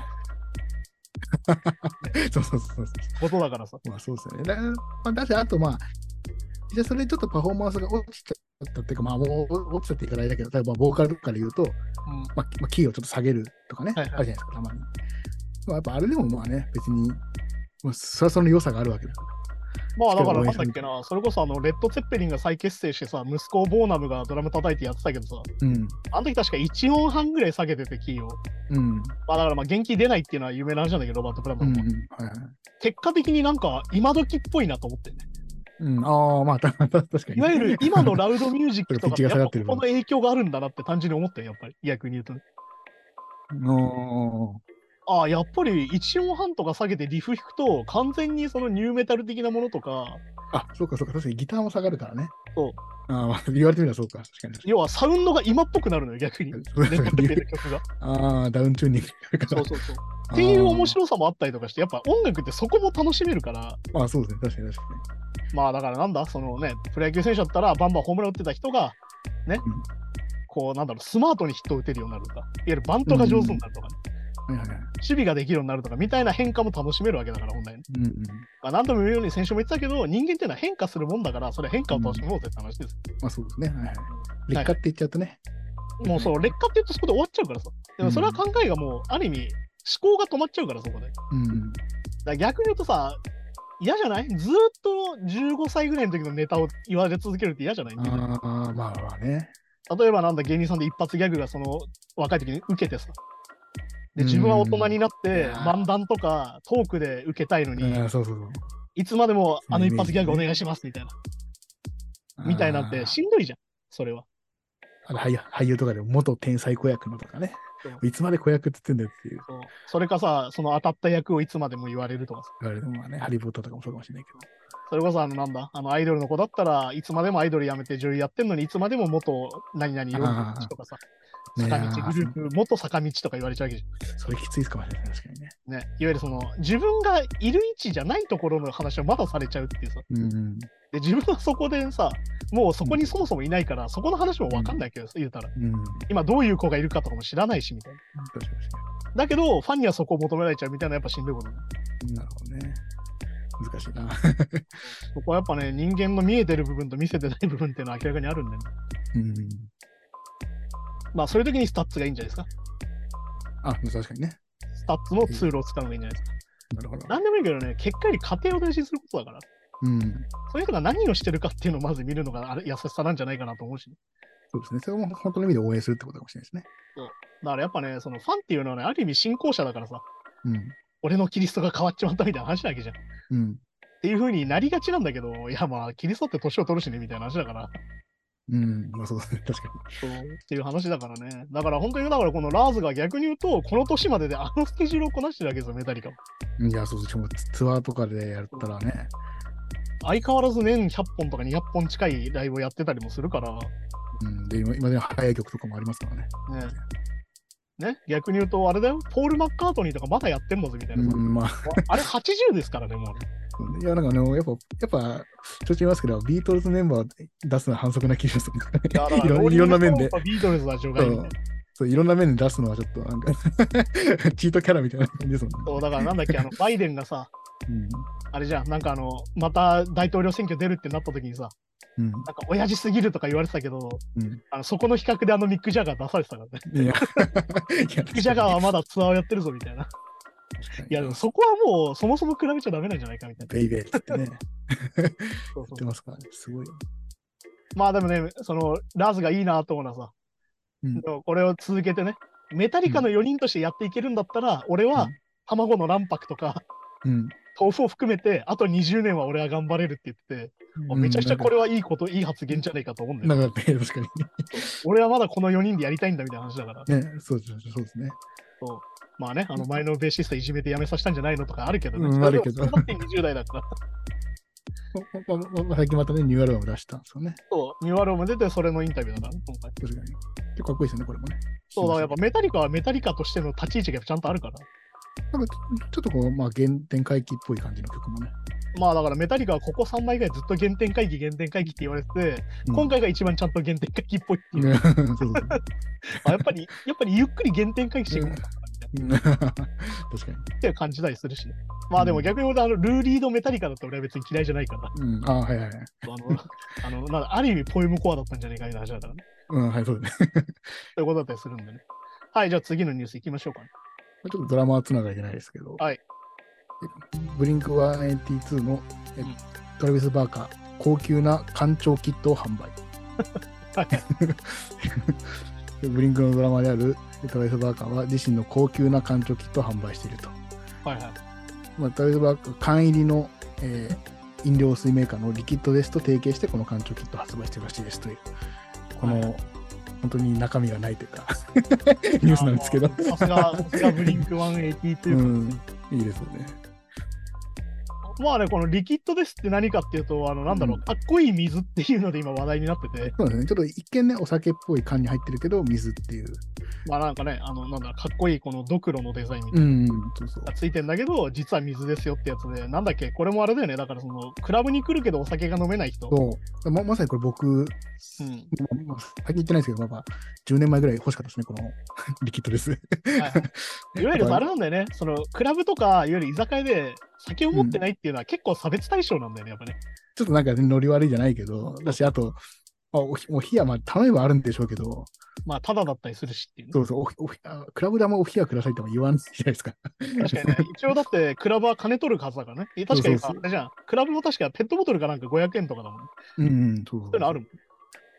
Speaker 3: <laughs> そうそうそうそう。
Speaker 2: ことだからさ。
Speaker 3: まあそうですよね。だ,、まあ、だし、あとまあ、じゃあそれでちょっとパフォーマンスが落ちちゃったっていうか、まあもう落ちちゃっていかないだけど、例えばボーカルとかで言うと、
Speaker 2: うん
Speaker 3: まあ、きまあキーをちょっと下げるとかね、
Speaker 2: はいはい
Speaker 3: あるじゃないですか、たまに。まあ、やっぱあれでもまあね、別に、まあ、それはその良さがあるわけだから。
Speaker 2: まあだからなんだっけな、それこそあの、レッド・ツェッペリンが再結成してさ、息子ボーナムがドラム叩いてやってたけどさ、
Speaker 3: うん。
Speaker 2: あの時確か1音半ぐらい下げてて、キーを。
Speaker 3: うん。
Speaker 2: まあだからまあ元気出ないっていうのは有名な話なんだけど、ロバート・プラント
Speaker 3: う
Speaker 2: も、
Speaker 3: ん。はいはい。
Speaker 2: 結果的になんか今時っぽいなと思ってね。
Speaker 3: うん、ああ、まあ、たた確かに。
Speaker 2: いわゆる今
Speaker 3: <laughs>
Speaker 2: のラウドミュージックとか
Speaker 3: ピッチが下がって
Speaker 2: やっ
Speaker 3: る
Speaker 2: ぱここの影響があるんだなって単純に思ったよ、やっぱり。逆に言うとね。
Speaker 3: の、
Speaker 2: ああ、やっぱり1音半とか下げてリフ弾くと、完全にそのニューメタル的なものとか、
Speaker 3: あ、そうかそうか、確かにギターも下がるからね。
Speaker 2: そう
Speaker 3: あーまあ、 <laughs> 言われてみればそうか、確かに
Speaker 2: 要はサウンドが今っぽくなるのよ、逆
Speaker 3: <laughs>
Speaker 2: に。レッ。
Speaker 3: そう
Speaker 2: ドツェッペリン
Speaker 3: か
Speaker 2: の曲が。
Speaker 3: ああ、ダウンチューニングやるか
Speaker 2: そ
Speaker 3: ら
Speaker 2: うそうそう。っていう面白さもあったりとかして、やっぱ音楽ってそこも楽しめるから、
Speaker 3: あーまあ、そうですね、確かに確か
Speaker 2: まあだからなんだ、そのね、プロ野球選手だったらバンバンホームラン打ってた人が、ね、
Speaker 3: うん
Speaker 2: こうなんだろう、スマートにヒットを打てるようになるとか、いわゆるバントが上手になるとかね、
Speaker 3: はいはいはい。
Speaker 2: 守備ができるようになるとかみたいな変化も楽しめるわけだから、本来ね。
Speaker 3: うんうん。
Speaker 2: まあ、何度も言うように先週も言ってたけど、人間っていうのは変化するもんだから、それ変化を楽しもうぜって話です。
Speaker 3: まあそうですね。はいはい。劣化って言っちゃうとね。
Speaker 2: もうそう、劣化って言うとそこで終わっちゃうからさ。でもそれは考えがもう、ある意味、思考が止まっちゃうから、そこで。だか
Speaker 3: うんうん。
Speaker 2: ら逆に言うとさ、嫌じゃないずーっと15歳ぐらいの時のネタを言われ続けるって嫌じゃないみんな
Speaker 3: ああ、まあまあね。
Speaker 2: 例えばなんだ、芸人さんで一発ギャグがその若い時に受けてさ。で、自分は大人になっ
Speaker 3: うんい
Speaker 2: て、
Speaker 3: やー
Speaker 2: 漫談とかトークで受けたいの
Speaker 3: う
Speaker 2: に、
Speaker 3: ん、そうそうそう。
Speaker 2: いつまでもあの一
Speaker 3: そうい
Speaker 2: 発
Speaker 3: うイメージ
Speaker 2: ギャグお願いしますみたいな、みたいなん
Speaker 3: あ
Speaker 2: て
Speaker 3: ー
Speaker 2: しんどいじゃん、それは。
Speaker 3: あれ俳優俳優とかでも元天才子役のとかね
Speaker 2: そう。
Speaker 3: いつまで子役って言ってんだよっていう。
Speaker 2: そうそれかさ、その当たった役をいつまでも言われるとかさ。
Speaker 3: 言われるのはね、ハリー・ポッターとかもそうかもしれないけど。
Speaker 2: それこそあのなんだ、あのアイドルの子だったらいつまでもアイドル辞めて女優やってんのにいつまでも元何々48とかさ、
Speaker 3: ねえ
Speaker 2: 坂道グループ、元坂道とか言われちゃうわけじ
Speaker 3: <laughs> それきついっすかもしれない、確かにね。
Speaker 2: ゃん。ね、いわゆるその自分がいる位置じゃないところの話をまだされちゃうっていうさ。
Speaker 3: うんうん。
Speaker 2: で、自分はそこでさ、もうそこにそもそもいないから、そこの話もわかんないけど、言うたら。
Speaker 3: うん。
Speaker 2: 今どういう子がいるかとかも知らないしみたいな。
Speaker 3: 確かに確か
Speaker 2: だけど、ファンにはそこを求められちゃうみたいな、やっぱしんどいことね。
Speaker 3: になるほどね。難しいな。
Speaker 2: そこはやっぱね、人間の見えてる部分と見せてない部分っていうのは明らかにあるんで、ね、
Speaker 3: うん。
Speaker 2: まあそういう時にスタッツがいいんじゃないですか。
Speaker 3: あ、確かにね。
Speaker 2: スタッツのツールを使うのがいいんじゃないですか。
Speaker 3: なるほど。
Speaker 2: 何でもいいけどね、結果より過程を大事にすることだから、
Speaker 3: うん。
Speaker 2: そういう人が何をしてるかっていうのをまず見るのがあれ優しさなんじゃないかなと思うし、
Speaker 3: そうですね。それも本当の意味で応援するってことかもしれないですね。
Speaker 2: だからやっぱね、そのファンっていうのはね、ある意味信仰者だからさ、
Speaker 3: うん。
Speaker 2: 俺のキリストが変わっちまったみたいな話なわけじゃん。っ
Speaker 3: うん。
Speaker 2: ていう風になりがちなんだけど、いやまあ、キリストって年を取るしねみたいな話だから、
Speaker 3: うん。まあそうですね。確かに。
Speaker 2: そうっていう話だからね。だから本当に、だからこのラーズが逆に言うと、この年までであのスケジュールをこなしてるわけですよ、メタリカは。
Speaker 3: うんいや、そうそう。しかもツツアーとかでやったらね。
Speaker 2: 相変わらず年100本とか200本近いライブをやってたりもするから、
Speaker 3: うん。で、今今での早い曲とかもありますからね。
Speaker 2: ね。ね、逆に言うと、あれだよ、ポール・マッカートニーとかまだやってんだぞみたいうな。
Speaker 3: ん、まあ。
Speaker 2: あれ80ですからね、もう。
Speaker 3: いや、なんかあの、やっぱ、やっぱ、ちょっと言いますけど、ビートルズメンバーを出すのは反則な気がする。
Speaker 2: だから
Speaker 3: いろんいろんな面で。
Speaker 2: ビートルズは除外みたいな。
Speaker 3: そういろんな面で出すのはちょっと、なんか、 <laughs> チートキャラみたいな感じですもんね。
Speaker 2: そうだからなんだっけ、あのバイデンがさ、
Speaker 3: うん
Speaker 2: あれじゃん、なんかあの、また大統領選挙出るってなった時にさ、
Speaker 3: うん
Speaker 2: なんか親父すぎるとか言われてたけど、
Speaker 3: うん
Speaker 2: あのそこの比較であのミック・ジャガー出されてたから <laughs> ね。
Speaker 3: いや、いや
Speaker 2: ミック・ジャガーはまだツアーをやってるぞみたいな。いや、でもそこはもうそもそも比べちゃダメなんじゃないかみたいな。
Speaker 3: ベイベーって言ってね、言
Speaker 2: そうそう
Speaker 3: ってますからね。すごいよ。
Speaker 2: まあでもね、そのラーズがいいなと思うのはさ、
Speaker 3: うん
Speaker 2: でもこれを続けてね、メタリカの4人としてやっていけるんだったら、俺は卵の卵白とか
Speaker 3: うん。
Speaker 2: 豆腐を含めて、あと20年は俺は頑張れるって言ってて、あ
Speaker 3: うん
Speaker 2: めちゃくちゃこれはいいこと、いい発言じゃないかと思うんだよ。
Speaker 3: なんか、なんか確か
Speaker 2: 俺はまだこの4人でやりたいんだみたいな話だから。
Speaker 3: に。ね、そうそうそうですね。
Speaker 2: そうまあね、あの前のベーシストいじめて辞めさせたんじゃないのとかあるけどね。
Speaker 3: うんあるけど
Speaker 2: それでもそれだって20代だから。
Speaker 3: まままま最近またね、ニューアルバム出したんですよね。
Speaker 2: そう、ニューアルも出て、それのインタビューだからね、今回。
Speaker 3: 確かに。結構かっこいいですよね、これもね。
Speaker 2: そうだ、やっぱメタリカはメタリカとしての立ち位置がちゃんとあるから。
Speaker 3: なんかちょちょっとこう、まあ、原点回帰っぽい感じの曲もね。
Speaker 2: まあだからメタリカはここ3枚ぐらいずっと原点回帰、原点回帰って言われてて、
Speaker 3: うん
Speaker 2: 今回が一番ちゃんと原点回帰っぽいっていう。
Speaker 3: うんそうそうそう
Speaker 2: あやっぱり、やっぱりゆっくり原点回帰していく
Speaker 3: うん
Speaker 2: っ
Speaker 3: うん確かに。
Speaker 2: ていう感じたりするし、ね。まあでも逆に俺、あの、ルーリードメタリカだって俺は別に嫌いじゃないから、
Speaker 3: うん、あはいはいはい。
Speaker 2: あの、あのなんだある意味ポエムコアだったんじゃないかみたいな話だからね。
Speaker 3: うん、はい、そうですね。
Speaker 2: ということだったりするんでね。はい、じゃあ次のニュースいきましょうかね。
Speaker 3: ちょっとドラマはつながりじゃないですけど。
Speaker 2: はい。
Speaker 3: ブリンク182の、え
Speaker 2: うん
Speaker 3: トラビス・バーカー、高級な干潮キットを販売。
Speaker 2: はい
Speaker 3: <laughs> ブリンクのドラマであるトラビス・バーカーは自身の高級な干潮キットを販売していると。
Speaker 2: はいはい。
Speaker 3: まあ、トラビス・バーカー、缶入りの、えー飲料水メーカーのリキッドですと提携して、この干潮キットを発売してるらしいですという。この、
Speaker 2: は
Speaker 3: 本当に中身がないという
Speaker 2: <laughs>
Speaker 3: か、ニュースなんですけど。
Speaker 2: あのさすが、さすがブリンク180といううか、
Speaker 3: ん、いいですよね。
Speaker 2: まあね、このリキッドですって何かっていうと、あの、なんだろう、
Speaker 3: うん
Speaker 2: かっこいい水っていうので今話題になってて、
Speaker 3: そうですね。ちょっと一見ね、お酒っぽい缶に入ってるけど、水っていう。
Speaker 2: まあなんかね、あの、なんだ、かっこいいこのドクロのデザインみたいな
Speaker 3: うん、そうそう
Speaker 2: のが。ついてんだけど、実は水ですよってやつで、なんだっけ、これもあれだよね、だからその、クラブに来るけどお酒が飲めない人。
Speaker 3: そうままさにこれ僕、
Speaker 2: うん。
Speaker 3: まあ先言ってないですけど、まあ、10年前ぐらい欲しかったですね、この <laughs> リキッドです。 <laughs>
Speaker 2: いわゆるさあれなんだよね、そのクラブとか、いわゆる居酒屋で酒を持ってないっていうのは結構差別対象なんだよね、やっぱね。
Speaker 3: ちょっとなんかねノリ悪いじゃないけど、だし、あと、まあ、おひお冷や、まあ、頼めばあるんでしょうけど、
Speaker 2: まあ、ただだったりするしっていうね、
Speaker 3: そうそう、おひおひあクラブであんまお冷やくださいっても言わないじゃないですか。
Speaker 2: 確かにね、一応だってクラブは金取る数だからね。え確かに
Speaker 3: そうそうそう
Speaker 2: あれじゃん、クラブも確かペットボトルかなんか500円とかだもん、ね。
Speaker 3: うん、うん、そうそう
Speaker 2: そういうのある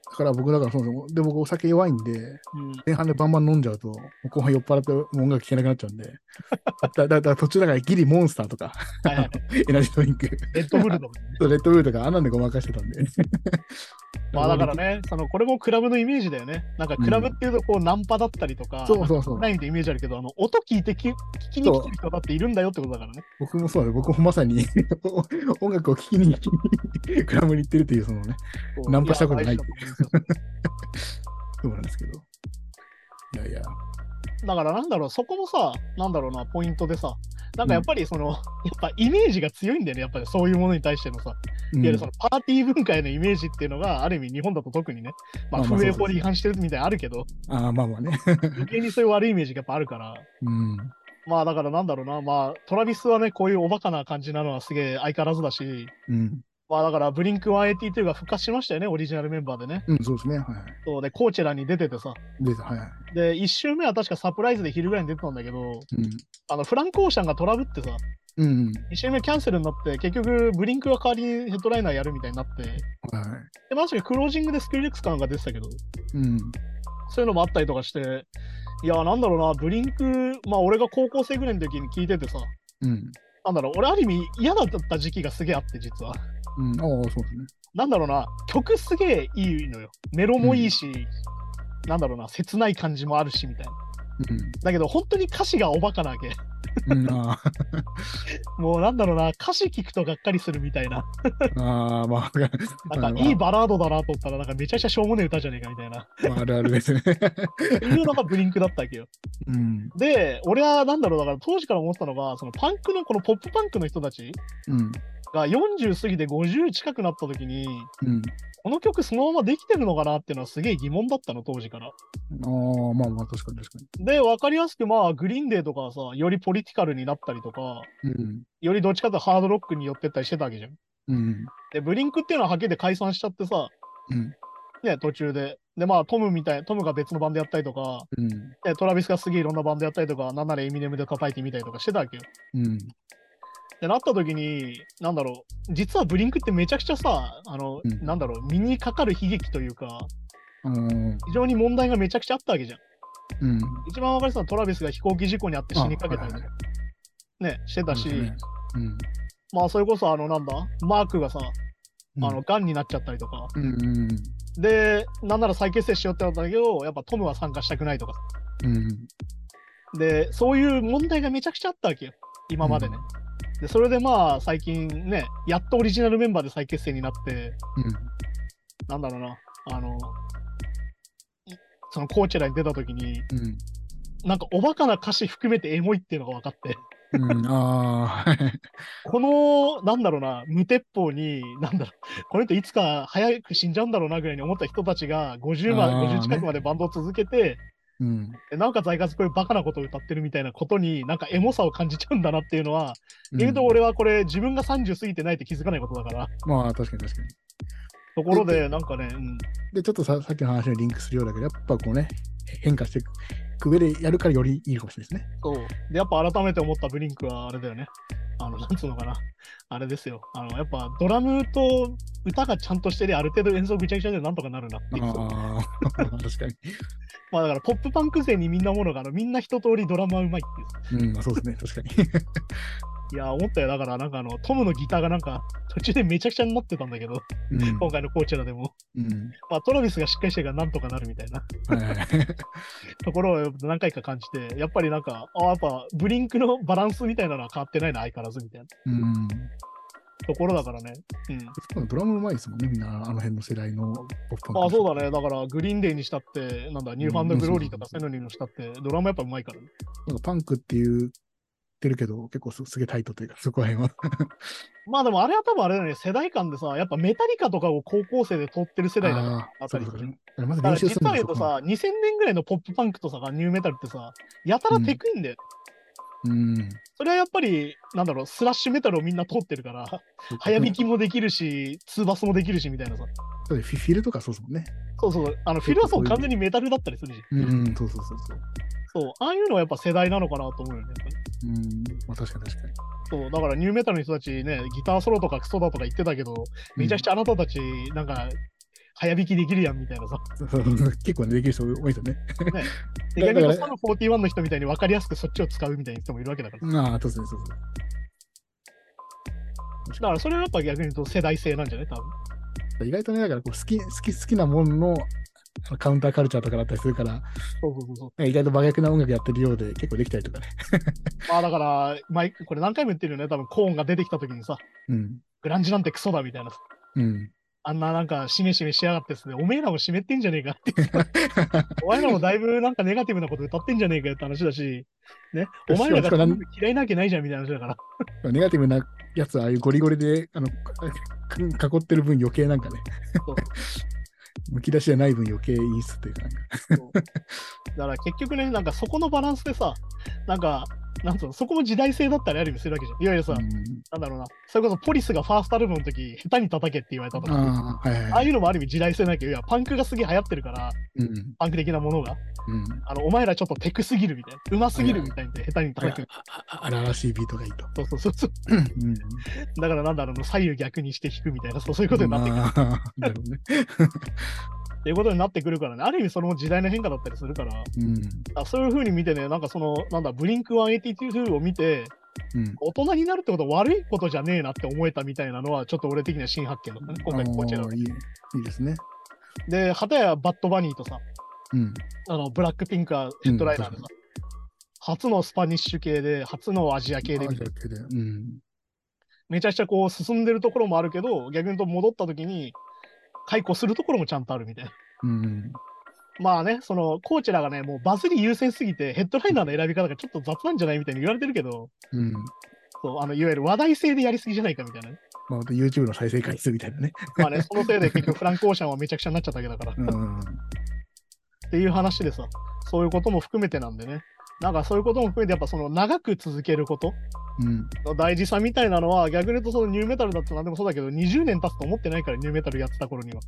Speaker 3: だから僕、だからそうそう、で、僕、お酒弱いんで、
Speaker 2: もん。うん、
Speaker 3: 前半でバンバン飲んじゃうと、後半酔っ払ってもう音楽聴けなくなっちゃうんで、 <laughs> だだだから途中だからギリモンスターとか、 <laughs>
Speaker 2: はいはい。
Speaker 3: エナジードリンク、
Speaker 2: レッドブルとか、 <laughs> ね。
Speaker 3: レッドブルとか、あんなんでごまかしてたんで。
Speaker 2: まあだからね、そのこれもクラブのイメージだよね。なんかクラブっていうとこう、ナンパだったりとか、
Speaker 3: そうそうそう
Speaker 2: な。いみたいなイメージあるけど、あの音聞いてき聞きに来てる人だっているんだよってことだからね。
Speaker 3: 僕もそうだね、僕もまさに <laughs> 音楽を聴きにクラブに行ってるという、そのね、
Speaker 2: こう
Speaker 3: ナンパしたことな
Speaker 2: や
Speaker 3: い
Speaker 2: 大事だ思うんですよ
Speaker 3: そうなんですけど。いやいや、
Speaker 2: だからなんだろう、そこもさ、なんだろうな、ポイントでさ、なんかやっぱりその、やっぱイメージが強いんだよね、やっぱりそういうものに対してのさ、
Speaker 3: う
Speaker 2: い
Speaker 3: ん
Speaker 2: わゆるそのパーティー文化へのイメージっていうのが、ある意味日本だと特にね、まあ、
Speaker 3: まあまあ
Speaker 2: 風営法に違反してるみたいなのあるけど、
Speaker 3: ああ、まあまあね。
Speaker 2: 余計にそういう悪いイメージがやっぱあるから、
Speaker 3: うん。
Speaker 2: まあだからなんだろうな、まあトラビスはね、こういうおバカな感じなのはすげえ相変わらずだし、
Speaker 3: うん。
Speaker 2: まあだからブリンク182が復活しましたよね、オリジナルメンバーでね。
Speaker 3: うん、そうですね。はいはい。
Speaker 2: そうで、コーチェラに出ててさ、
Speaker 3: で、はいはい。
Speaker 2: で、1周目は確かサプライズで昼ぐらいに出てたんだけど、
Speaker 3: うん。
Speaker 2: あのフランク・オーシャンがトラブってさ、
Speaker 3: うん。
Speaker 2: 2週目キャンセルになって、結局、ブリンクが代わりにヘッドライナーやるみたいになって、
Speaker 3: はいはい。
Speaker 2: で、まさにクロージングでスクリレックスかなんか出てたけど、
Speaker 3: うん。
Speaker 2: そういうのもあったりとかして、いや、なんだろうな、ブリンク、まあ、俺が高校生ぐらいの時に聞いててさ、
Speaker 3: うん。
Speaker 2: なんだろう、俺、ある意味嫌だった時期がすげえあって、実は。
Speaker 3: うん。ああ、そうですね。
Speaker 2: なんだろうな、曲すげえいいのよ。メロもいいし、なんだろうな、切ない感じもあるし、みたいな。だけど、本当に歌詞がおバカなわけ。
Speaker 3: うん。うん、ああ
Speaker 2: もう、なんだろうな、歌詞聞くとがっかりするみたいな。
Speaker 3: <laughs> ああ、まあ、
Speaker 2: なんか、いいバラードだなと思ったら、なんか、めちゃくちゃしょうもねえ歌じゃねえか、みたいな。
Speaker 3: まあ、あるあるですね。 <laughs>
Speaker 2: っていうのがブリンクだったわけよ。
Speaker 3: うん。
Speaker 2: で、俺はなんだろう、だから当時から思ってたのが、そのパンクの、このポップパンクの人たち
Speaker 3: うん。
Speaker 2: が40過ぎて50近くなった時に、
Speaker 3: うん。
Speaker 2: この曲そのままできてるのかなっていうのはすげえ疑問だったの、当時から。
Speaker 3: ああ、まあまあ、確かに確か
Speaker 2: で、わかりやすく、まあ、グリーンデーとかはさ、よりポリティカルになったりとか、
Speaker 3: に。うん。
Speaker 2: よりどっちかというとハードロックに寄ってったりしてたわけじゃん。
Speaker 3: うん。
Speaker 2: で、ブリンクっていうのははっきり解散しちゃってさ、
Speaker 3: うん。
Speaker 2: ね、途中で。で、まあ、トムみたい、トムが別のバンドやったりとか、
Speaker 3: うん。
Speaker 2: でトラビスがすげえいろんなバンドやったりとか、なんならエミネムで叩いてみたりとかしてたわけよ。
Speaker 3: うん。
Speaker 2: ってなった時に、なんだろう、実はブリンクってめちゃくちゃさ、あの、
Speaker 3: うん
Speaker 2: なんだろう、身にかかる悲劇というか、
Speaker 3: うん。
Speaker 2: 非常に問題がめちゃくちゃあったわけじゃん。
Speaker 3: うん。
Speaker 2: 一番わかりやすいのはトラビスが飛行機事故にあって死にかけたりとか、ね、してたし、
Speaker 3: うん。
Speaker 2: まあ、それこそ、あの、なんだ、マークがさ、
Speaker 3: うん
Speaker 2: あの、癌になっちゃったりとか、
Speaker 3: うん。
Speaker 2: で、なんなら再結成しようってなったんだけど、やっぱトムは参加したくないとか、
Speaker 3: うん。
Speaker 2: で、そういう問題がめちゃくちゃあったわけよ、今までね。で、それでまあ、最近ね、やっとオリジナルメンバーで再結成になって、
Speaker 3: うん。
Speaker 2: なんだろうな、あの、いそのコーチェラに出たときに、
Speaker 3: うん。
Speaker 2: なんかおバカな歌詞含めてエモいっていうのが分かって、
Speaker 3: うん、ああ、
Speaker 2: この、なんだろうな、無鉄砲に、なんだろう、この人いつか早く死んじゃうんだろうなぐらいに思った人たちが50まで、
Speaker 3: あーね
Speaker 2: 50近くまでバンドを続けて、
Speaker 3: うん、
Speaker 2: でなおかつ相変わらずこういうバカなことを歌ってるみたいなことに、なんかエモさを感じちゃうんだなっていうのは、言うと俺はこれ自分が30過ぎてないって気づかないことだから、
Speaker 3: まあ確かに確かに。
Speaker 2: ところでなんかね、うん、
Speaker 3: で、ちょっとささっきの話にリンクするようだけど、やっぱこうね、変化していく上でやるからよりいいかもしれないですね。
Speaker 2: そう。で、やっぱ改めて思ったブリンクはあれだよね。あの、なんつうのかな。あれですよ。あの、やっぱドラムと歌がちゃんとしてりゃある程度演奏ぐちゃぐちゃでなんとかなるなっていう。
Speaker 3: ああ、確かに。
Speaker 2: まあだからポップパンク勢にみんなものがある。みんな一通りドラムはうまいっていう。
Speaker 3: うん、まあそうですね、確かに。
Speaker 2: いやー、思ったよ。だからなんかあの、トムのギターがなんか途中でめちゃくちゃになってたんだけど、
Speaker 3: うん
Speaker 2: 今回のコーチェラでも。
Speaker 3: うん
Speaker 2: まあトラビスがしっかりしてるからなんとかなるみたいな
Speaker 3: はいはいはい
Speaker 2: ところを何回か感じて、やっぱりなんか、ああ、やっぱブリンクのバランスみたいなのは変わってないな、相変わらずみたいな。
Speaker 3: うん
Speaker 2: ところだからね。うん。
Speaker 3: ドラムうまいですもんね、みんな、あの辺の世代のポップ
Speaker 2: あそうだ
Speaker 3: ね。
Speaker 2: ね。だから、グリーンデーにしたって、なんだ、ニューファンドグローリーとかセノニーにしたって、ドラムやっぱうまいからね。
Speaker 3: なんかパンクって言ってるけど、結構すすげえタイトというか、そこら辺は。
Speaker 2: まあでもあれは多分あれだね、世代間でさ、やっぱメタリカとかを高校生で撮ってる世代だから。
Speaker 3: ああー、
Speaker 2: あ
Speaker 3: そ
Speaker 2: た
Speaker 3: う
Speaker 2: り
Speaker 3: か
Speaker 2: と
Speaker 3: そ
Speaker 2: か
Speaker 3: う
Speaker 2: ね
Speaker 3: か。まず
Speaker 2: だから
Speaker 3: 練習
Speaker 2: 結
Speaker 3: する
Speaker 2: 果
Speaker 3: んだ
Speaker 2: で
Speaker 3: よ
Speaker 2: 言うとさ、2000年ぐらいのポップパンクとさ、ニューメタルってさ、やたらテクいんだよ。
Speaker 3: うん。
Speaker 2: それはやっぱり、なんだろう、スラッシュメタルをみんな通ってるから、早弾きもできるし、ツーバスもできるしみたいなさ。
Speaker 3: そうフィフィルとかそうですもんね。
Speaker 2: そうそう、あのフィルはそう完全にメタルだったりするし、
Speaker 3: うん、そうそうそうそう。
Speaker 2: そう、ああいうのはやっぱ世代なのかなと思うよね。やっぱり
Speaker 3: うん、まあ確かに確かに。
Speaker 2: そう、だからニューメタルの人たちね、ギターソロとかクソだとか言ってたけど、めちゃくち
Speaker 3: ゃ。
Speaker 2: ゃあなたたち、なんか、早弾きできるやんみたいなさ。
Speaker 3: 結構ね、できる人多いですよね。
Speaker 2: で
Speaker 3: だ
Speaker 2: 逆
Speaker 3: から
Speaker 2: にこうサム41の人みたいに分かりやすくそっちを使うみたいな人もいるわけだから。
Speaker 3: ああ、そうですね、そうそう。
Speaker 2: だからそれはやっぱ逆に言うと世代性なんじゃない多分。
Speaker 3: 意外とね、だからこう好き、好き、好きなもののあのカウンターカルチャーとかだったりするから、なん
Speaker 2: そうそうそうそう。
Speaker 3: か意外と真逆な音楽やってるようで、結構できたりとかね。
Speaker 2: まあだから、前これ何回も言ってるよね。多分コーンが出てきた時にさ、
Speaker 3: うん。
Speaker 2: グランジなんてクソだみたいなさ。
Speaker 3: うん。
Speaker 2: あんななんか、しめしめしやがってですね、おめえらも湿ってんじゃねえかって。お前らもだいぶなんかネガティブなこと歌ってんじゃねえかよって話だし、ね、お前らが嫌いなわけないじゃんみたいな話だから。
Speaker 3: ネガティブなやつは、ああいうゴリゴリで、あの、か囲ってる分余計なんかね
Speaker 2: そう、
Speaker 3: むき出しじゃない分余計いいっすっていうか、なんか
Speaker 2: だから結局ね、なんかそこのバランスでさ、なんか、なんつうの、そこも時代性だったりある意味するわけじゃん。いわゆるさ、
Speaker 3: うん
Speaker 2: なんだろうな、それこそポリスがファーストアルバムの時、下手に叩けって言われたとか、
Speaker 3: ああ、はいはい
Speaker 2: ああ
Speaker 3: はい。
Speaker 2: いうのもある意味時代性なきゃ、いや、パンクがすげえ流行ってるから、
Speaker 3: うん。
Speaker 2: パンク的なものが、
Speaker 3: うん。
Speaker 2: あの、お前らちょっとテクすぎるみたいな、うますぎるみたいで、下手に
Speaker 3: あ
Speaker 2: 叩く。
Speaker 3: 荒々しいビートがいいと。
Speaker 2: そうそうそうそう。
Speaker 3: うん。
Speaker 2: だからなんだろうな、左右逆にして弾くみたいな、そうそういうことになってくる。
Speaker 3: まあなるほどね。
Speaker 2: っていうことになってくるからね、ある意味それも時代の変化だったりするから、
Speaker 3: うん。
Speaker 2: あそういうふうに見てね、なんかその、なんだ、ブリンク182を見て、
Speaker 3: うん。
Speaker 2: 大人になるってことは悪いことじゃねえなって思えたみたいなのは、ちょっと俺的には新発見だったね、今回のこちら
Speaker 3: あ。ーいいいいですね。
Speaker 2: で、はたやバッドバニーとさ、
Speaker 3: うん。
Speaker 2: あの、ブラックピンクはヘッドライナーでさ、
Speaker 3: うん
Speaker 2: 初のスパニッシュ系で、初のアジア系でみたいな、
Speaker 3: あじゃあ系でうん。
Speaker 2: めちゃくちゃこう進んでるところもあるけど、逆に言うと戻った時に、解雇するところもちゃんとあるみたいな。
Speaker 3: うん。
Speaker 2: まあね、その、コーチらがね、もうバズり優先すぎて、ヘッドライナーの選び方がちょっと雑なんじゃないみたいに言われてるけど、
Speaker 3: うん。
Speaker 2: そう、あの、いわゆる話題性でやりすぎじゃないかみたいなね。
Speaker 3: まあ、あと YouTube の再生回数みたいなね。
Speaker 2: まあね、そのせいで結局フランク・オーシャンはめちゃくちゃになっちゃったわけだから。
Speaker 3: うん。
Speaker 2: っていう話でさ、そういうことも含めてなんでね。なんかそういうことも含めて、やっぱその長く続けること
Speaker 3: うん。
Speaker 2: の大事さみたいなのは、逆に言うとそのニューメタルだって何でもそうだけど、20年経つと思ってないから、ニューメタルやってた頃には。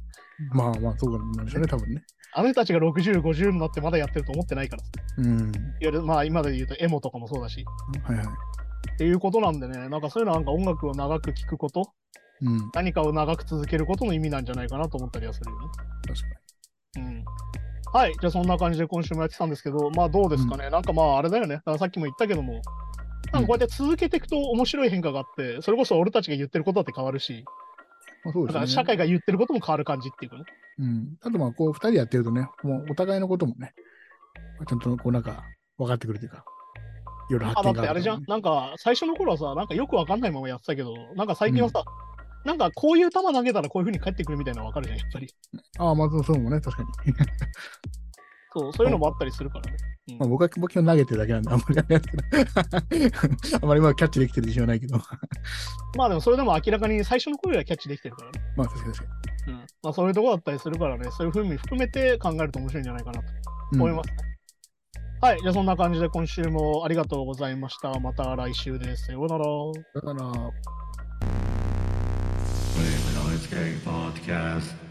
Speaker 3: まあまあ、そうなんでしょうね、多分ね。
Speaker 2: あの人たちが60、50になってまだやってると思ってないから。いわ
Speaker 3: うん。
Speaker 2: ゆる、まあ今で言うとエモとかもそうだし。
Speaker 3: はいはい。
Speaker 2: っていうことなんでね、なんかそういうのはなんか音楽を長く聴くこと、
Speaker 3: うん。
Speaker 2: 何かを長く続けることの意味なんじゃないかなと思ったりはするよね。
Speaker 3: 確か
Speaker 2: うんはい、じゃあそんな感じで今週もやってたんですけど、まあどうですかね、なんかまああれだよね、だからさっきも言ったけども、なんかこうやって続けていくと面白い変化があって、それこそ俺たちが言ってることだって変わるし、
Speaker 3: に。まあ、そう
Speaker 2: だ
Speaker 3: で
Speaker 2: か
Speaker 3: す
Speaker 2: ら社
Speaker 3: ね。
Speaker 2: 会が言ってることも変わる感じっていうかね。
Speaker 3: うん。あとまあ、こう、二人やってるとね、もうお互いのこともね、ちゃんとこう、なんか、分かってくるというか、いろいろ
Speaker 2: あ、
Speaker 3: 発
Speaker 2: だっ
Speaker 3: 見
Speaker 2: て
Speaker 3: があ
Speaker 2: あれ
Speaker 3: る
Speaker 2: じゃ
Speaker 3: から
Speaker 2: ん
Speaker 3: ね、
Speaker 2: なんか最初の頃はさ、なんかよくわかんないままやってたけど、なんか最近はさ、なんかこういう球投げたらこういうふうに返ってくるみたいなのわかるじゃん、やっぱり。
Speaker 3: ああ、まあ、そうそうもね、確かに。 <laughs>
Speaker 2: そう、そういうのもあったりするからね。うん
Speaker 3: まあ、僕は僕は投げてるだけなんで、あんまりあれなんですけど <laughs> あんまりまあキャッチできてる自信はないけど、 <laughs>
Speaker 2: まあでもそれでも明らかに最初の頃よりはキャッチできてるからね。
Speaker 3: まあ確かに確か
Speaker 2: うん。まあそういうとこだったりするからね、そういうふうに含めて考えると面白いんじゃないかなと。
Speaker 3: に。
Speaker 2: 思いますね。はい、じゃあそんな感じで今週もありがとうございました。また来週です。さようなら。
Speaker 3: うんだから、
Speaker 1: Flame and Ice Gang Podcast.